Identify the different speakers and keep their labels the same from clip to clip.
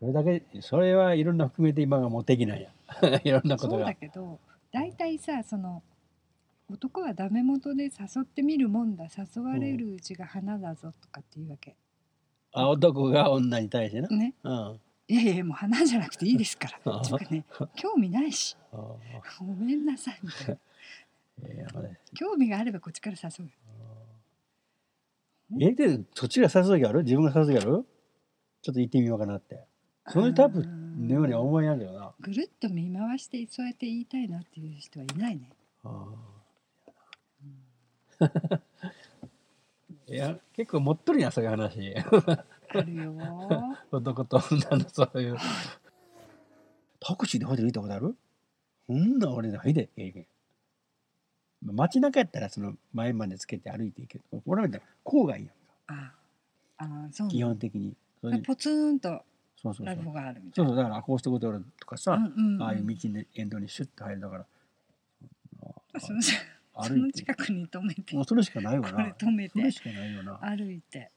Speaker 1: それだけそれはいろんな含めて今がモテ期なんや いろんなこ
Speaker 2: そ
Speaker 1: と
Speaker 2: う
Speaker 1: が
Speaker 2: だけど大体さその男はダメ元で誘ってみるもんだ誘われるうちが花だぞとかっていうわけ、
Speaker 1: あ男が女に対してな、
Speaker 2: ね
Speaker 1: うんあ
Speaker 2: いやいやもう花じゃなくていいですから っていうかね興味ないし
Speaker 1: ー
Speaker 2: ごめんなさい みたいな
Speaker 1: えーあれ
Speaker 2: 興味があればこっちから誘う
Speaker 1: えでそっちが誘う時ある自分が誘う時あるちょっと行ってみようかなってそのタイプのようには
Speaker 2: うん
Speaker 1: 思いなんだよな
Speaker 2: ぐるっと見回してそうやって言いたいなっていう人はいないね、
Speaker 1: あ
Speaker 2: うん
Speaker 1: ーいや結構持っとるやんそういう話
Speaker 2: あ るよー
Speaker 1: 男と女のそういうタクシーでホテル行ったことあるそんな俺ないで経験街中やったらその前までつけて歩いていけど俺みたいな郊外やんか
Speaker 2: ああーそう
Speaker 1: 基
Speaker 2: ね
Speaker 1: 本的にそれで
Speaker 2: ポツンと
Speaker 1: そうそうそ
Speaker 2: ラブ
Speaker 1: う
Speaker 2: ホがあるみた
Speaker 1: そ
Speaker 2: いうな
Speaker 1: そうだからこうしてことるとかさ、
Speaker 2: うんうんうん
Speaker 1: ああいう道に沿道にシュッと入るだからあ
Speaker 2: そのそ
Speaker 1: 歩
Speaker 2: の
Speaker 1: いて
Speaker 2: 近くに止めて
Speaker 1: もうそれしかないよ
Speaker 2: こ
Speaker 1: な
Speaker 2: れ止め
Speaker 1: それ
Speaker 2: て
Speaker 1: しかないよな
Speaker 2: 歩いて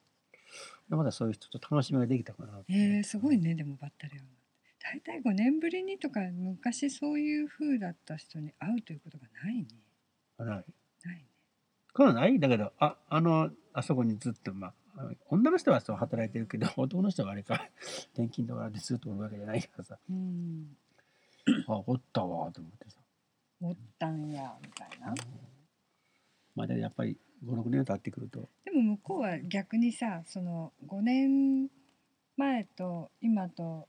Speaker 1: まだそういう人と楽しみができたかな
Speaker 2: えー、すごいねでもばったり会うの大体5年ぶりにとか昔そういう風だった人に会うということがないね
Speaker 1: あない
Speaker 2: ないね
Speaker 1: これないだけどああのあそこにずっとまああの女の人はそう働いてるけど 男の人はあれか転勤とかでずっとおるわけじゃないからさ
Speaker 2: うん
Speaker 1: あおったわと思ってさ
Speaker 2: おったんやみたいな
Speaker 1: まあでもやっぱり56年経ってくると
Speaker 2: でも向こうは逆にさその5年前と今と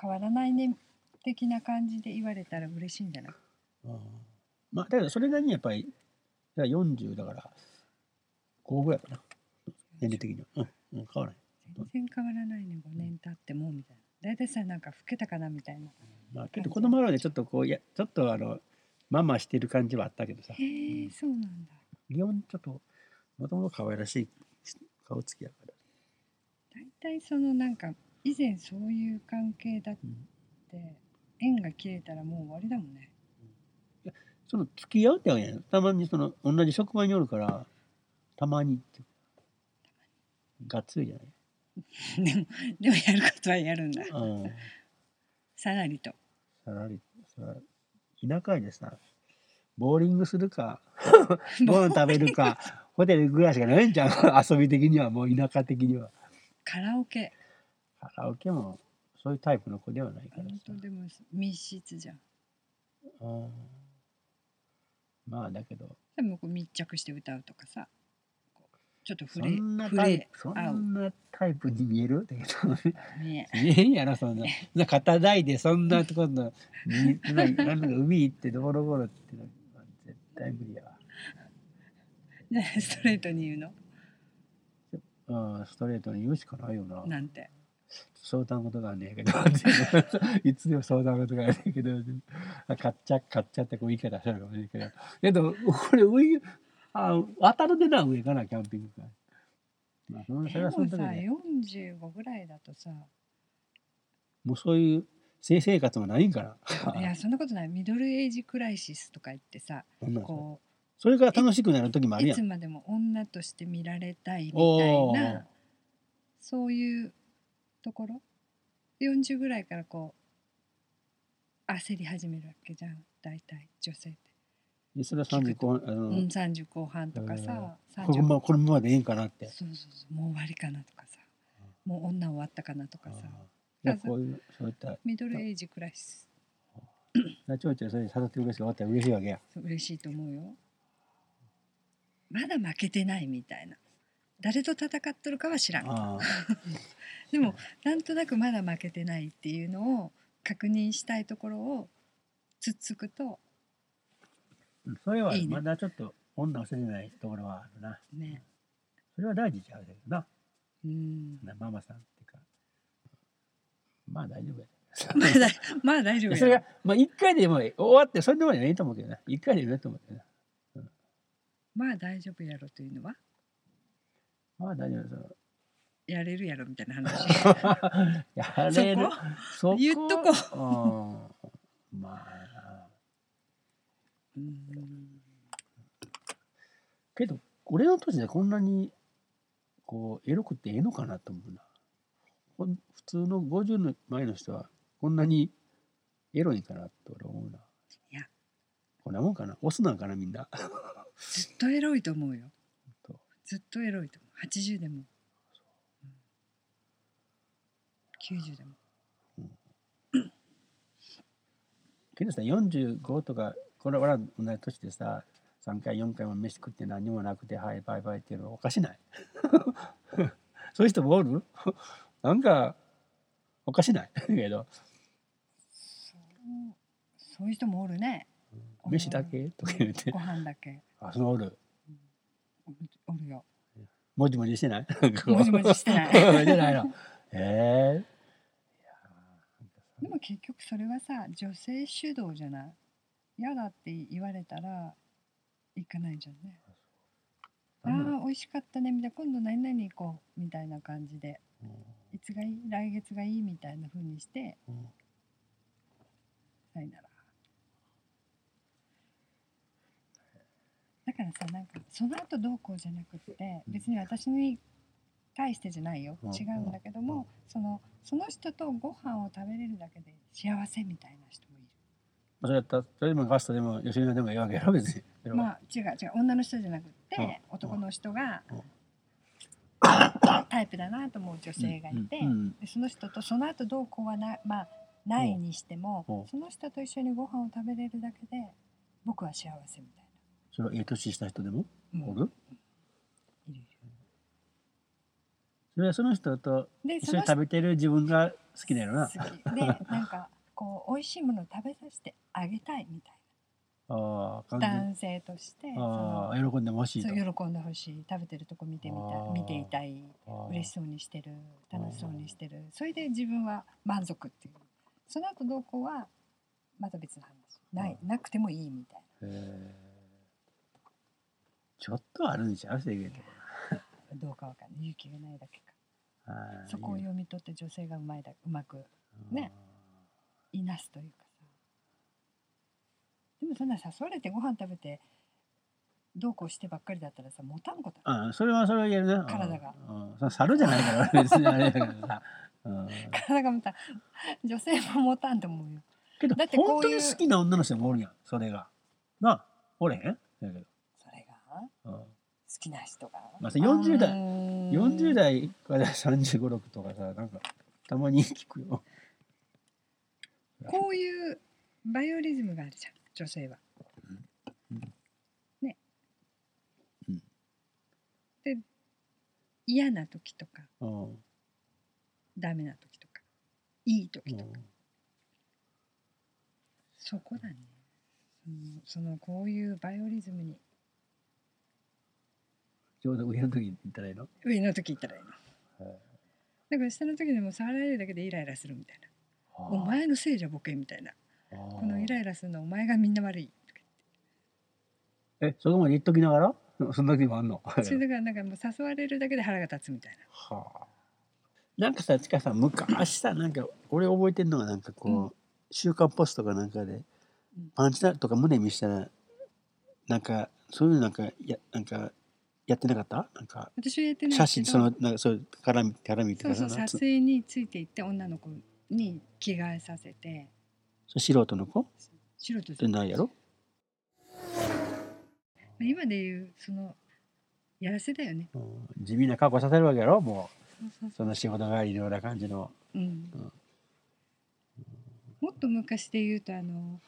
Speaker 2: 変わらないね的な感じで言われたら嬉しいんじゃない
Speaker 1: まあだけどそれなりにやっぱりだから40だから5ぐらいかな年齢的にはうん、うん、変わらない
Speaker 2: 全然変わらないね5年経ってもみたいな大体さなんか老けたかなみたいな
Speaker 1: まあ、けど子供はねちょっとこういやちょっとあのママしてる感じはあったけどさ
Speaker 2: へえそうなんだ
Speaker 1: 基本ちょっともともと可愛らしい顔つきやから、
Speaker 2: 大体そのなんか以前そういう関係だっ
Speaker 1: うん
Speaker 2: て縁が切れたらもう終わりだもんね
Speaker 1: その付き合うってわけじゃないたまにその同じ職場におるからたまにってがっつりじゃない
Speaker 2: でもでもやることはやるんだ
Speaker 1: うん
Speaker 2: さらりと
Speaker 1: さらりさ田舎でさボーリングするかご飯食べるかホテルぐらいしかないんじゃん遊び的にはもう田舎的には
Speaker 2: カラオケ
Speaker 1: カラオケもそういうタイプの子ではないから
Speaker 2: 本
Speaker 1: さ
Speaker 2: 当でも密室じゃん
Speaker 1: うんまあだけど
Speaker 2: でもこう密着して歌うとかさこうちょっと
Speaker 1: そ
Speaker 2: 触れ
Speaker 1: んな
Speaker 2: 触
Speaker 1: タイ
Speaker 2: れ
Speaker 1: プそ
Speaker 2: 合うん
Speaker 1: なタイプに見えるだけど
Speaker 2: ね
Speaker 1: 見えんやろそんなそんな肩抱いてそんなところのになんかなんか海行ってどころころってのは絶対無理や
Speaker 2: ね ストレートに言うの
Speaker 1: わ、うん、ストレートに言うしかないよな
Speaker 2: なんて
Speaker 1: 相談事があんねやけどいつでも相談事があんねやけどあ買っちゃ買っちゃってこう言い方するかもしれんけどけどこれ上あ当たるでな上かなキャンピングカー。まあ、そのそ
Speaker 2: で
Speaker 1: れは
Speaker 2: も
Speaker 1: その時
Speaker 2: さ
Speaker 1: で
Speaker 2: 45ぐらいだとさ
Speaker 1: もうそういう性生活もないんから。
Speaker 2: いやそんなことないミドルエイジクライシスとか言ってさ
Speaker 1: そんなん
Speaker 2: こう
Speaker 1: それから楽しくなる時もある
Speaker 2: い
Speaker 1: や
Speaker 2: つ
Speaker 1: ん。
Speaker 2: までも女として見られたいみたい
Speaker 1: おおー
Speaker 2: なそういうところ40ぐらいからこう焦り始めるわけじゃん大体女性って、
Speaker 1: でそれは三十後半あの、
Speaker 2: うん、30後半とかさ、
Speaker 1: このま
Speaker 2: 30
Speaker 1: まこのままでいいんかなって。
Speaker 2: そうそうそうもう終わりかなとかさもう女終わったかなとかさ
Speaker 1: じゃあこういうそういった
Speaker 2: ミドルエイジクライシス
Speaker 1: ナチョウちょいそれで誘ってくれる人があったら嬉しいわ けや。
Speaker 2: 嬉しいと思うよまだ負けてないみたいな誰と戦っとるかは知らん
Speaker 1: あ
Speaker 2: でもなんとなくまだ負けてないっていうのを確認したいところをつっつくと
Speaker 1: あ、それはい
Speaker 2: いね
Speaker 1: まだちょっと女を捨ててないところはあるな。
Speaker 2: ね
Speaker 1: それは大事ちゃうけどな、
Speaker 2: うん
Speaker 1: なママさんっていうか。まあ大丈夫や。
Speaker 2: まあだまあ大丈夫
Speaker 1: それ
Speaker 2: や
Speaker 1: がまあ一回でも終わってそれでもいいと思うけどな。一回でもいいと思うけどな。
Speaker 2: まあ大丈夫やろというのは
Speaker 1: まあ大丈夫です。
Speaker 2: やれるやろみたいな話
Speaker 1: や
Speaker 2: そ
Speaker 1: れる
Speaker 2: こ
Speaker 1: そこ
Speaker 2: 言っと
Speaker 1: こうんまあ
Speaker 2: うん
Speaker 1: けど俺の年でこんなにこうエロくってええのかなと思うなほん普通の50の前の人はこんなにエロいんかなと俺思うな。
Speaker 2: いや
Speaker 1: こんなもんかなオスなんかなみんな。
Speaker 2: ずっとエロいと思うよ
Speaker 1: 当
Speaker 2: ずっとエロいと思う80でも、うん、90でも
Speaker 1: ケンジさん45とかこれ俺ら同じ年でさ3回4回も飯食って何もなくて「はいバイバイ」っていうのおかしない そういう人もおる なんかおかしないだけど
Speaker 2: そうそういう人もおるね
Speaker 1: 「飯だけ?」とか言って
Speaker 2: ご飯だけ
Speaker 1: 「あそのおる
Speaker 2: おるよ
Speaker 1: もじもじしてない? 」
Speaker 2: もじもじしてない
Speaker 1: してない のええ
Speaker 2: でも結局それはさ女性主導じゃない嫌だって言われたら行かないじゃんねあ
Speaker 1: なんだろ
Speaker 2: あー美味しかったねみたいな今度何々行こうみたいな感じで
Speaker 1: う
Speaker 2: いつがいい来月がいいみたいな風にして
Speaker 1: うん
Speaker 2: さよならだからさなんかその後どうこうじゃなくって
Speaker 1: うん
Speaker 2: 別に私に対してじゃないよ
Speaker 1: うん
Speaker 2: 違うんだけど
Speaker 1: うん
Speaker 2: もそのその人とご飯を食べれるだけで幸せみたいな人もいる。
Speaker 1: それやったらそれでもガストでも吉野でもいいわけやろ別にそれは
Speaker 2: まあ違う違う女の人じゃなくっ
Speaker 1: う
Speaker 2: て、
Speaker 1: ん
Speaker 2: 男の人が、
Speaker 1: うん
Speaker 2: タイプだなと思う女性がいて、
Speaker 1: うんうん
Speaker 2: でその人とその後どうこうはな,、まあ、ないにしても、
Speaker 1: うん
Speaker 2: その人と一緒にご飯を食べれるだけで僕は幸せみたい
Speaker 1: それはええ年した人でも
Speaker 2: な。うん
Speaker 1: おる
Speaker 2: いるいる
Speaker 1: それはその人と
Speaker 2: で
Speaker 1: 一
Speaker 2: そ
Speaker 1: 緒
Speaker 2: の
Speaker 1: に食べてる自分が好きだよな。
Speaker 2: 好きで なんかこう美味しいものを食べさせてあげたいみたい
Speaker 1: ああ、感
Speaker 2: な
Speaker 1: じ。
Speaker 2: 男性としてそ
Speaker 1: あ
Speaker 2: の
Speaker 1: あ、喜んでほしい
Speaker 2: そ
Speaker 1: と
Speaker 2: う。喜んでほしい食べてるとこ見てみた
Speaker 1: あ
Speaker 2: い
Speaker 1: ー
Speaker 2: 見ていたい
Speaker 1: ああ
Speaker 2: 嬉しそうにしてる楽しそうにしてるそれで自分は満足っていうその後どうこうはまた別の話ないなくてもいいみたい
Speaker 1: へえちょっとあるんちゃう制限とか
Speaker 2: などうかわかんない勇気がないだけか
Speaker 1: ああ
Speaker 2: そこを
Speaker 1: いい
Speaker 2: 読み取って女性がうまいだうまくねいなすというかさでもそんな誘われてご飯食べてどうこうしてばっかりだったらさ持たんことある
Speaker 1: ああ、それはそれは言えるな。
Speaker 2: 体が
Speaker 1: うん。うん。猿じゃないから別にあれだけど さ。うん
Speaker 2: 体がまた女性も持たんと思うよ
Speaker 1: けど
Speaker 2: だってこういう
Speaker 1: 本当に好きな女の人もおるやん、それが。なあ、おれへんだけど。
Speaker 2: それが好
Speaker 1: うん
Speaker 2: きな人が
Speaker 1: まあさ40代40
Speaker 2: 40
Speaker 1: 代から35、6とかさ、なんかたまに聞くよ。
Speaker 2: こういうバイオリズムがあるじゃん女性は
Speaker 1: うんうん。
Speaker 2: ね。
Speaker 1: うん
Speaker 2: で嫌な時とか
Speaker 1: うん。うん
Speaker 2: ダメな時とかいい時とかそこだね。うんそのこういうバイオリズムに
Speaker 1: ちょうど上の時に言ったらいいの
Speaker 2: 上の時行ったらいいの。
Speaker 1: はい
Speaker 2: だから下の時でも触られるだけでイライラするみたいな。お前のせいじゃボケみたいな。
Speaker 1: こ
Speaker 2: このイライラするのお前がみんな悪い。
Speaker 1: えそこまで言っときながら そそんな時もあんの
Speaker 2: それだからなんかもう誘われるだけで腹が立つみたいな。
Speaker 1: はあなんかさちかさん昔さなんか俺覚えてんのがなんかこう、
Speaker 2: うん
Speaker 1: 週刊ポストかなんかで
Speaker 2: うん
Speaker 1: パンチだとか胸見したらなんかそういうのなんかやなんかやってなかったなんか
Speaker 2: 私はやってないけど。
Speaker 1: 写真そのなんかそういう絡み絡みってい
Speaker 2: そう
Speaker 1: か
Speaker 2: うそ
Speaker 1: な
Speaker 2: う
Speaker 1: んか
Speaker 2: 撮影について行って女の子に着替えさせて
Speaker 1: そう素人の子っ
Speaker 2: 素人
Speaker 1: て
Speaker 2: じゃん
Speaker 1: ないやろ
Speaker 2: 今で言うそのやらせだよね
Speaker 1: うん地味な格好させるわけやろも
Speaker 2: そうそう
Speaker 1: うその仕事帰りのような感じの
Speaker 2: う、ん、もっと昔で言うとあの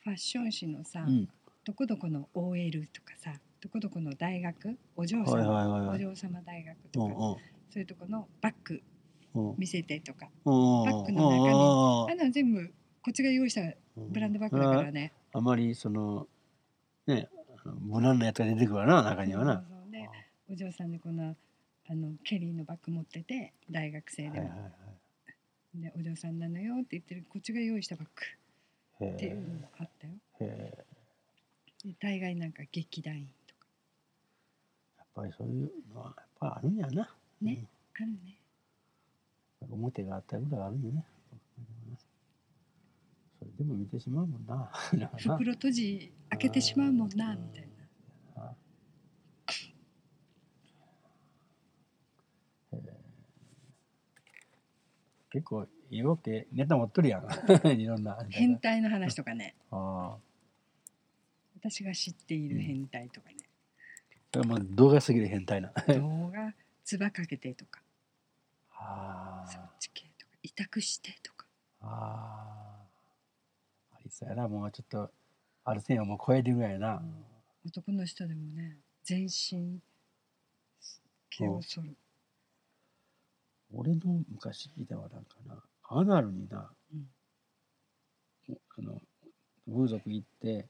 Speaker 2: ファッション誌のさ、
Speaker 1: うん
Speaker 2: どこどこの OL とかさどこどこの大学お嬢様、
Speaker 1: はいはいはいは
Speaker 2: お
Speaker 1: い
Speaker 2: 嬢様大学
Speaker 1: う
Speaker 2: と
Speaker 1: ん
Speaker 2: か、
Speaker 1: うん
Speaker 2: そういうとこのバッグ
Speaker 1: うん
Speaker 2: 見せてとか、
Speaker 1: バッ
Speaker 2: ッグの中にあんなの全部こっちが用意したブランドバッグだからね、
Speaker 1: あまりそのねあの無難なやつが出てくるわな中には
Speaker 2: そう
Speaker 1: な。
Speaker 2: そうそうでお嬢さんでこのあのケリーのバッグ持ってて大学生でも、
Speaker 1: はいはいはい
Speaker 2: でお嬢さんなのよって言ってるこっちが用意したバッグ
Speaker 1: へ
Speaker 2: っていうのもあったよ。
Speaker 1: えへえ
Speaker 2: で大概なんか劇団員とか
Speaker 1: やっぱりそういうのはやっぱあるんやな。
Speaker 2: ね、あるね。
Speaker 1: うん表があったり裏があるんやね。それでも見てしまうもん な。だからな
Speaker 2: 袋閉じ開けてしまうもんな
Speaker 1: うん
Speaker 2: みたいな。
Speaker 1: へえ結構色系ネタ持っとるやん いろんな
Speaker 2: 変態の話とかね
Speaker 1: ああ
Speaker 2: 私が知っている変態とかね、
Speaker 1: それはもう動画すぎる変 態な
Speaker 2: 動画つばかけてとか
Speaker 1: あ
Speaker 2: そっ
Speaker 1: ー
Speaker 2: ち系とか委託してとか
Speaker 1: あーありそうやなもうちょっとある線をもう超えてるぐらいやな、
Speaker 2: 男の人でもね全身毛を剃る
Speaker 1: 俺の昔聞いたはなんかなアナルにな、
Speaker 2: うん
Speaker 1: あの風俗行って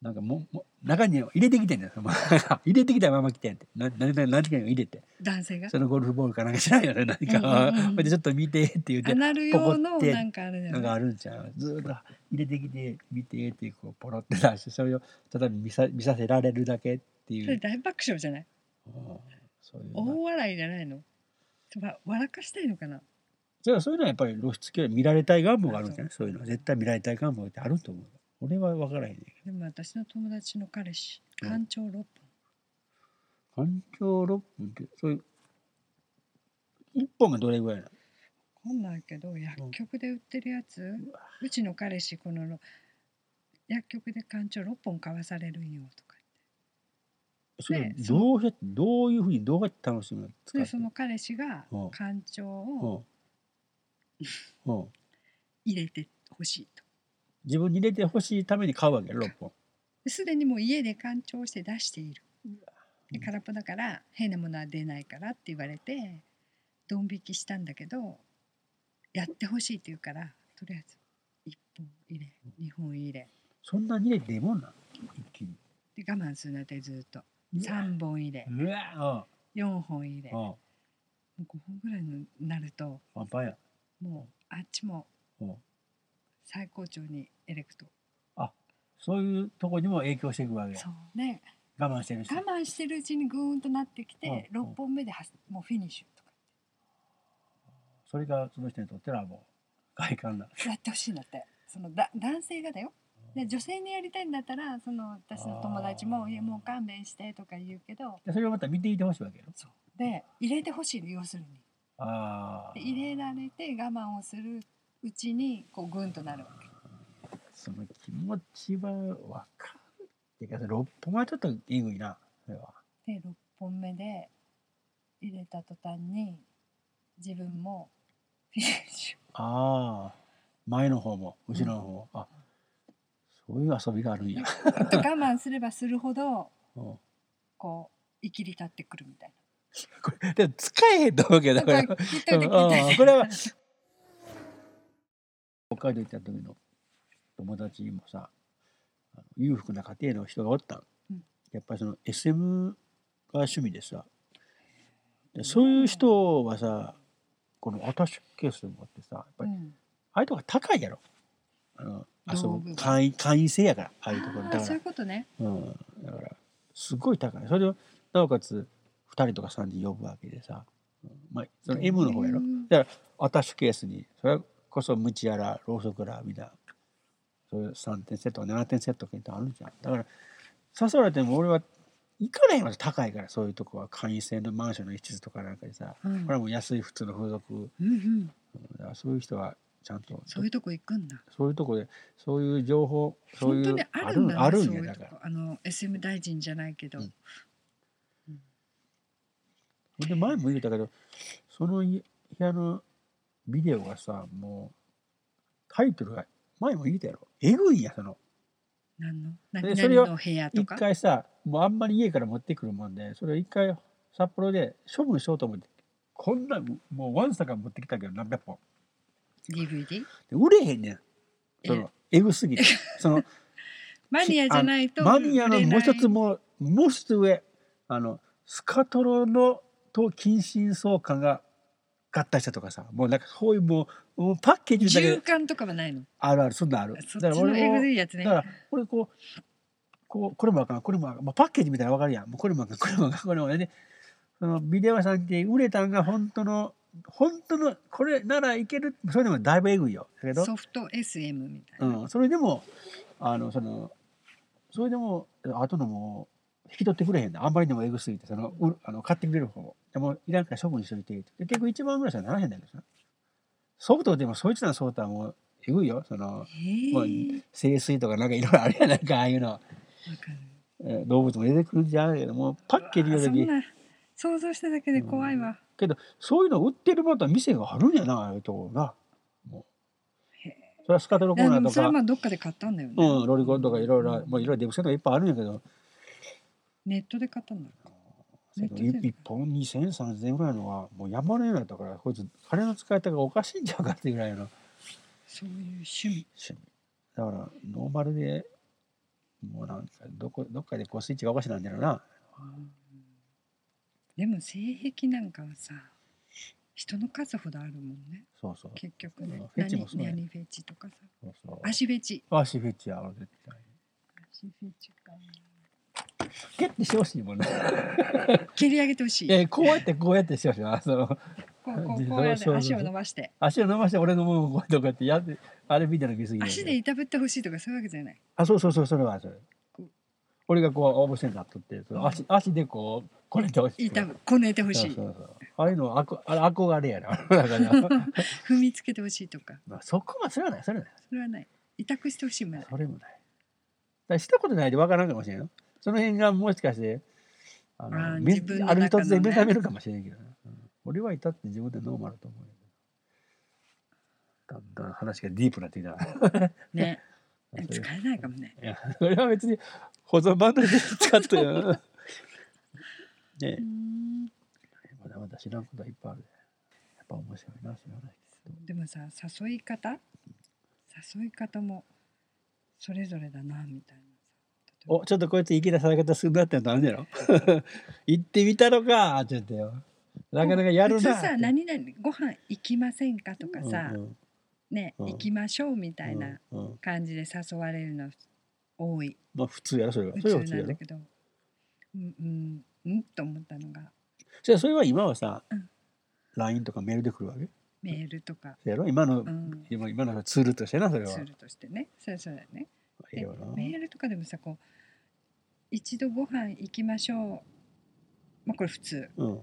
Speaker 1: なんかもも中に入れてきてんだよ 入れてきたまま来てんってな何か何時間入れて
Speaker 2: 男性が
Speaker 1: そのゴルフボールかなんかしないよね何か
Speaker 2: うんうんう ん
Speaker 1: ほいでちょっと見てって言っ
Speaker 2: ア
Speaker 1: て
Speaker 2: ナル用の
Speaker 1: ポコって
Speaker 2: なんかあれだよ
Speaker 1: なんか
Speaker 2: ね
Speaker 1: あるんちゃうずーっと入れてきて見てってこうポロって出してそれをただ見さ見させられるだけってい
Speaker 2: それ
Speaker 1: う
Speaker 2: 大爆笑じゃない
Speaker 1: うんそういうな
Speaker 2: 大笑いじゃないのわ笑かしたいのかな
Speaker 1: じゃあそういうのはやっぱり露出系見られたい願望があるんじゃないそういうのは絶対見られたい願望ってあると思う俺は分からへんねんけ
Speaker 2: でも私の友達の彼氏
Speaker 1: うん
Speaker 2: 干潮6分
Speaker 1: ど環境6分ってそういう1本がどれぐらいなの
Speaker 2: こんないけど薬局で売ってるやつ、う
Speaker 1: わ
Speaker 2: ちの彼氏このろ薬局で干潮6本買わされるんよとか
Speaker 1: それ
Speaker 2: ねえ
Speaker 1: どうやってどういうふうにどうやって楽しむの使っ
Speaker 2: で
Speaker 1: て
Speaker 2: その彼氏が
Speaker 1: うん
Speaker 2: 干潮
Speaker 1: う
Speaker 2: を
Speaker 1: んうん
Speaker 2: 入れてほしいと
Speaker 1: 自分に入れてほしいために買うわけ6本
Speaker 2: ですでにもう家で干潮して出している
Speaker 1: うわ
Speaker 2: で空っぽだから変なものは出ないからって言われてドン引きしたんだけどやってほしいって言うからとりあえず1本入れ2本入れ
Speaker 1: そんなに入れていいもんなの一気に
Speaker 2: で我慢するなってずっと
Speaker 1: うわ
Speaker 2: 3本入れ
Speaker 1: うわ
Speaker 2: 4本入れ
Speaker 1: うん
Speaker 2: も
Speaker 1: うん
Speaker 2: う5本ぐらいになると
Speaker 1: パンパンや
Speaker 2: もうあっちも
Speaker 1: うん
Speaker 2: 最高潮にエレクト
Speaker 1: そういうとこにも影響していくわけ
Speaker 2: そうね
Speaker 1: 我慢してる人
Speaker 2: 我慢してるうちにグーンとなってきて
Speaker 1: うん
Speaker 2: 6本目ではすもうフィニッシュとか
Speaker 1: それがその人にとってはもう外観だ
Speaker 2: やってほしいんだってそのだ男性がだよで女性にやりたいんだったらその私の友達
Speaker 1: あ
Speaker 2: も「
Speaker 1: ー
Speaker 2: いやもう勘弁して」とか言うけど
Speaker 1: でそれをまた見ていてほしいわけよ。
Speaker 2: で入れてほしいの要するに
Speaker 1: ああ。
Speaker 2: で入れられて我慢をするうちにこうグンとなるわけ
Speaker 1: その気持ちはわかる。てか、六本はちょっとえぐいな。それは。
Speaker 2: で6本目で入れた途端に自分もフィニッシュ
Speaker 1: ああ。前の方も後ろの方も。あ。そういう遊びがある んや。
Speaker 2: で我慢すればするほど
Speaker 1: うんこ
Speaker 2: こう生きり立ってくるみたい
Speaker 1: れでも使えへんと思うけど
Speaker 2: な。
Speaker 1: こ
Speaker 2: だ
Speaker 1: れ
Speaker 2: から聞いと
Speaker 1: う
Speaker 2: い
Speaker 1: ん
Speaker 2: て聞いと
Speaker 1: う
Speaker 2: い
Speaker 1: ん
Speaker 2: て
Speaker 1: これは。北海道行った時の友達もさあの裕福な家庭の人がおったん、
Speaker 2: うん
Speaker 1: やっぱりその SM が趣味でさでそういう人はさこのアタッシュケース持ってさやっぱ
Speaker 2: う
Speaker 1: り
Speaker 2: ん
Speaker 1: ああいうとこ高いやろあのあそ
Speaker 2: 道
Speaker 1: こ
Speaker 2: 具が
Speaker 1: 会員会員制やからああいうところ
Speaker 2: あ
Speaker 1: だ
Speaker 2: ー
Speaker 1: か
Speaker 2: そうい
Speaker 1: ら
Speaker 2: うことね。
Speaker 1: うん、だからすごい高いそれをなおかつ2人とか3人呼ぶわけでさ、うんまあ、その M の方やろ
Speaker 2: うん
Speaker 1: だからアタッシュケースにそれこそムチやらろうそくらみたいなそういう3点セット7点セットみたいなのあるじゃんだから誘われても俺は行かないの高いからそういうとこは会員制のマンションの一室とかなんかでさ
Speaker 2: うん
Speaker 1: これはもう安い普通の風俗、うん
Speaker 2: うんうん、
Speaker 1: だからそういう人はちゃんと
Speaker 2: そういうとこ行くんだ。
Speaker 1: そういうとこでそういう情報そうい
Speaker 2: 本当
Speaker 1: う
Speaker 2: にあるんだね
Speaker 1: あるん
Speaker 2: そう
Speaker 1: や
Speaker 2: いう
Speaker 1: だ
Speaker 2: と
Speaker 1: から
Speaker 2: こ。あの SM 大臣じゃないけど、
Speaker 1: うんで前も言ったけどその部屋のビデオがさもうタイトルが前も言ったやろえぐいんやその
Speaker 2: 何の
Speaker 1: で
Speaker 2: 何
Speaker 1: そ
Speaker 2: 々
Speaker 1: れを
Speaker 2: の部屋と
Speaker 1: 一
Speaker 2: か
Speaker 1: 回さもうあんまり家から持ってくるもんでそれを一回札幌で処分しようと思ってこんなもうワンサカ持ってきたけど何百本
Speaker 2: DVD
Speaker 1: で売れへんねんそ
Speaker 2: え
Speaker 1: のえぐすぎてそ の
Speaker 2: マニアじゃないと
Speaker 1: マニアの
Speaker 2: 売れない
Speaker 1: もう一つもうもう一つ上あのスカトロのと近親相関が合体したとかさもうなんかそういうもうもうパッケージだけで
Speaker 2: 循環とかはないの
Speaker 1: あるある、そんなんある。
Speaker 2: そっ
Speaker 1: だ
Speaker 2: ち
Speaker 1: から
Speaker 2: の
Speaker 1: 俺
Speaker 2: エグ
Speaker 1: も、
Speaker 2: いやつね
Speaker 1: だから、これこう、こう、これもあかん、これもあかん、まあ、パッケージみたいなの分かるやん。もうこれもあかん、これもあかん、これもあかん。で、そのビデオ屋さんって売れたんが本当の、本当の、これならいける、それでもだいぶえぐいよ。だけど、
Speaker 2: ソフト SM みたいな、
Speaker 1: うん、それでも、あの、その、それでも、後のもう、引き取ってくれへんのあんまりにもえぐすぎて、その、うあの買ってくれる方も。でも、いらんから処分しといて、で結局1万ぐらいしかならへんだけどさ。ソフトでもそいつらのソフトはもうえぐいよその
Speaker 2: へえ
Speaker 1: もう清水とかなんかいろいろあるやないかああいうの、
Speaker 2: わかる
Speaker 1: えー動物も出てくるじゃんけどもうパッケージ
Speaker 2: うわ
Speaker 1: の
Speaker 2: そん
Speaker 1: 時
Speaker 2: な想像しただけで怖いわ、
Speaker 1: けどそういうの売ってるまた店があるんやなああいうとこなもう
Speaker 2: へ
Speaker 1: それはスカトロコ
Speaker 2: いや
Speaker 1: ーナ
Speaker 2: で
Speaker 1: ー
Speaker 2: も
Speaker 1: と
Speaker 2: それ
Speaker 1: か
Speaker 2: はまあどっかで買ったんだよね、
Speaker 1: うん、ロリコンとかいろいろ、まあ、いろいろ
Speaker 2: い
Speaker 1: デブセとかいっぱいあるんやけど、
Speaker 2: ネットで買ったんだネットで
Speaker 1: 一一本2000、3000ぐらいのはもう山のようだったから、こいつ金の使い方がおかしいんちゃうかっていうぐらいの
Speaker 2: そういう趣味
Speaker 1: 趣味。だから、ノーマルで、もうなんか、どこ、どっかでこうスイッチがおかしなんだろうな。
Speaker 2: うんでも性癖なんかはさ人の数ほどあるもんね
Speaker 1: そうそう。
Speaker 2: 結局ね
Speaker 1: うんフェチもそう
Speaker 2: 何
Speaker 1: や
Speaker 2: 何フェチとかさ
Speaker 1: そうそう。
Speaker 2: 足フェチ
Speaker 1: 足フェチやろ、絶対。
Speaker 2: 足フェチか
Speaker 1: 蹴ってしてほしいもんね。
Speaker 2: 蹴り上げてほしい
Speaker 1: いや、こうやって、こうやってしてほしいな。その、
Speaker 2: こうこ
Speaker 1: そうう
Speaker 2: こうやって
Speaker 1: そうそう
Speaker 2: 足を伸ばして
Speaker 1: 足を伸ばして俺のもうこうやって、こうやってやって、あれみたいなの見すぎる
Speaker 2: 足でいたぶってほしいとかそういうわけじゃない
Speaker 1: あ、そうそうそう、それはそれ
Speaker 2: こう。
Speaker 1: 俺がこう、応募してんだとって、その足、足でこう、これてほしい。
Speaker 2: いたぶこねてほし
Speaker 1: そ
Speaker 2: い
Speaker 1: うそうそうああいうのはあこあれ憧れや な。だから、
Speaker 2: 踏みつけてほしいとか
Speaker 1: まあ、そこはそれはない、それは
Speaker 2: それはない委託してほしいもん
Speaker 1: ない
Speaker 2: ね。
Speaker 1: それもない。だからしたことないでわからんかもしれんよ。その辺がもしかして、あ
Speaker 2: あ
Speaker 1: の
Speaker 2: ー
Speaker 1: め
Speaker 2: 自分の
Speaker 1: あ
Speaker 2: 中
Speaker 1: る
Speaker 2: のね
Speaker 1: 一つで目覚めるかもしれんけどな、うん俺はいたって自分でノーマルと思うよ。だんだん話がディープになってきたな。
Speaker 2: ね
Speaker 1: そういう
Speaker 2: 使えないかもね
Speaker 1: いや、それは別に保存版として使ったよ。ね
Speaker 2: うーん
Speaker 1: まだまだ知らんことはいっぱいある。やっぱ面白いな、知らないけど。
Speaker 2: でもさ誘い方誘い方もそれぞれだなみたいなさ例えば
Speaker 1: おちょっとこいつ池田され方するなってのあるんだろ 行ってみたのかって言ってよなかなかやる
Speaker 2: 普
Speaker 1: な
Speaker 2: 通
Speaker 1: って
Speaker 2: さ何々ご飯行きませんかとかさ、
Speaker 1: うんうん
Speaker 2: ね、
Speaker 1: うん
Speaker 2: 行きましょうみたいな
Speaker 1: うんうん
Speaker 2: 感じで誘われるの多い
Speaker 1: まあ普通やろそれは
Speaker 2: 普
Speaker 1: それは普通
Speaker 2: 通な
Speaker 1: や
Speaker 2: ん
Speaker 1: ろ
Speaker 2: だけどうんうんうんと思ったのが
Speaker 1: じゃあそれは今はさ、
Speaker 2: うん
Speaker 1: LINE とかメールで来るわけ
Speaker 2: メールとか、
Speaker 1: そやろ今の、
Speaker 2: うん、
Speaker 1: 今今のツールとしてなそれは
Speaker 2: ツールとしてねそれそうだよね
Speaker 1: ええよな
Speaker 2: メールとかでもさこう一度ご飯行きましょうまあこれ普通
Speaker 1: うん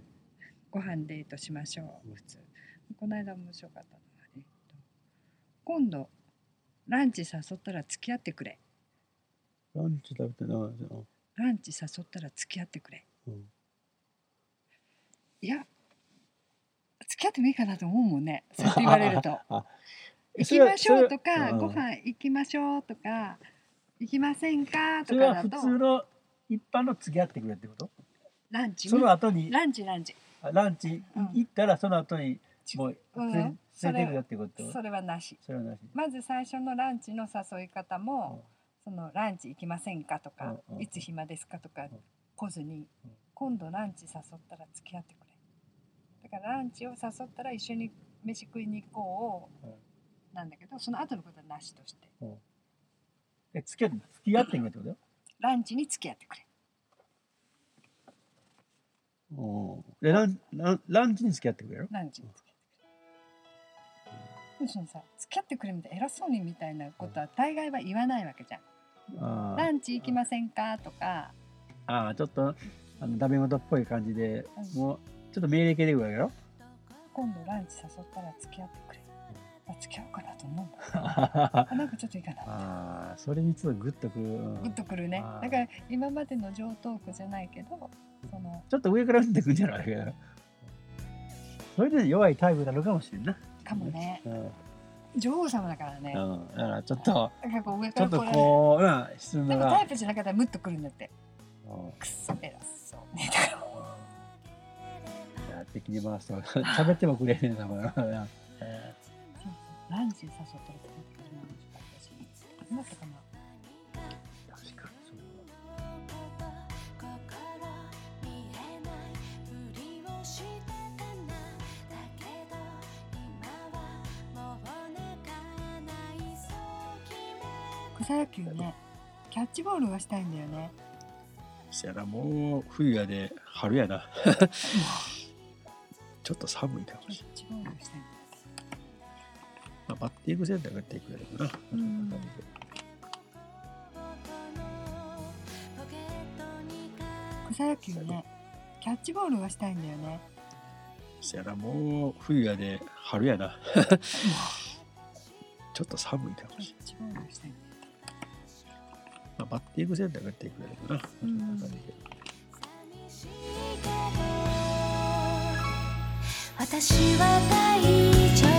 Speaker 2: ご飯デートしましょ
Speaker 1: うん
Speaker 2: う普通この間面白かったのは、えっと、今度ランチ誘ったら付き合ってくれ
Speaker 1: ランチ食べてなうん
Speaker 2: ランチ誘ったら付き合ってくれ
Speaker 1: うん
Speaker 2: いや付き合ってもいいかなと思うもんねそうやって言われると
Speaker 1: あ
Speaker 2: 行きましょうと
Speaker 1: それ
Speaker 2: か、
Speaker 1: うん
Speaker 2: ご飯行きましょうとか行きませんか
Speaker 1: そ
Speaker 2: と
Speaker 1: れ
Speaker 2: か
Speaker 1: は
Speaker 2: だ
Speaker 1: 普
Speaker 2: と
Speaker 1: 通の一般の付き合ってくれってこと
Speaker 2: ランチ
Speaker 1: その後に
Speaker 2: ランチランチ
Speaker 1: あランチい
Speaker 2: うん
Speaker 1: 行ったらその後にもう
Speaker 2: うん
Speaker 1: 連れ
Speaker 2: そ
Speaker 1: 連
Speaker 2: れ
Speaker 1: れてくよってこと
Speaker 2: それはなし
Speaker 1: それはなし
Speaker 2: まず最初のランチの誘い方も、そのランチ行きませんかとか、
Speaker 1: うんうん
Speaker 2: いつ暇ですかとか
Speaker 1: ん
Speaker 2: 来ずに、
Speaker 1: うん
Speaker 2: 今度ランチ誘ったら付き合ってくれだからランチを誘ったら一緒に飯食いに行こう、
Speaker 1: うん
Speaker 2: なんだけどその後のことはなしとして
Speaker 1: え付き合って付き合ってくれってこと
Speaker 2: ランチに付き合ってくれ
Speaker 1: よ。でランランランチに付き合ってくれる。
Speaker 2: ランチに付き合ってくれ、でもそのさ付き合ってくれみたいな偉そうにみたいなことは大概は言わないわけじゃん、
Speaker 1: あ
Speaker 2: ランチ行きませんかとか
Speaker 1: あああちょっとあのダメ元っぽい感じで、
Speaker 2: うん
Speaker 1: もうちょっと命令系でくるやろ。
Speaker 2: 今度ランチ誘ったら付き合ってくれ、あ付き合おうかなと思うんだ
Speaker 1: あ
Speaker 2: あなんかちょっといいかな
Speaker 1: あそれにちょっとグッとくる。うん
Speaker 2: グッとくるね
Speaker 1: あー
Speaker 2: だから今までの上トークじゃないけどその
Speaker 1: ちょっと上から打ってくんじゃないかな。それで弱いタイプなのかもしれんな。
Speaker 2: かもね
Speaker 1: うん。うん。
Speaker 2: 女王様だからね
Speaker 1: だからちょっと
Speaker 2: なんかこう上
Speaker 1: ち
Speaker 2: か
Speaker 1: ょ
Speaker 2: ら
Speaker 1: っと
Speaker 2: こうや
Speaker 1: こううん質
Speaker 2: るで
Speaker 1: 問
Speaker 2: もタ
Speaker 1: が
Speaker 2: イ。プじゃなかったらムッとくるんだって
Speaker 1: うん
Speaker 2: くっそ偉そうねだから
Speaker 1: いや敵に回すと喋ってもくれへんの かな。え
Speaker 2: そうそうランチ誘ったら付き合ってくれるのもちょっと私何だったかな
Speaker 1: ー確かにそう。
Speaker 2: 草野球ねキャッチボールがしたいんだよね
Speaker 1: そやなもう冬やで春や なちょっと寒いかも
Speaker 2: キャ
Speaker 1: しれ
Speaker 2: ッチボールがしたいんだよ
Speaker 1: ない、まあ、バッティングセンターがっていくやろな、
Speaker 2: うん草野球ねキャッチボールがしたいんだよね
Speaker 1: そやなもう冬やで春や なちょっと寒いかもしれ
Speaker 2: 一番上下にね
Speaker 1: ない、まあ、バッティングセンターがやってくれるかな、
Speaker 2: うん
Speaker 1: そんな感じで
Speaker 3: 寂しいけど私は大丈夫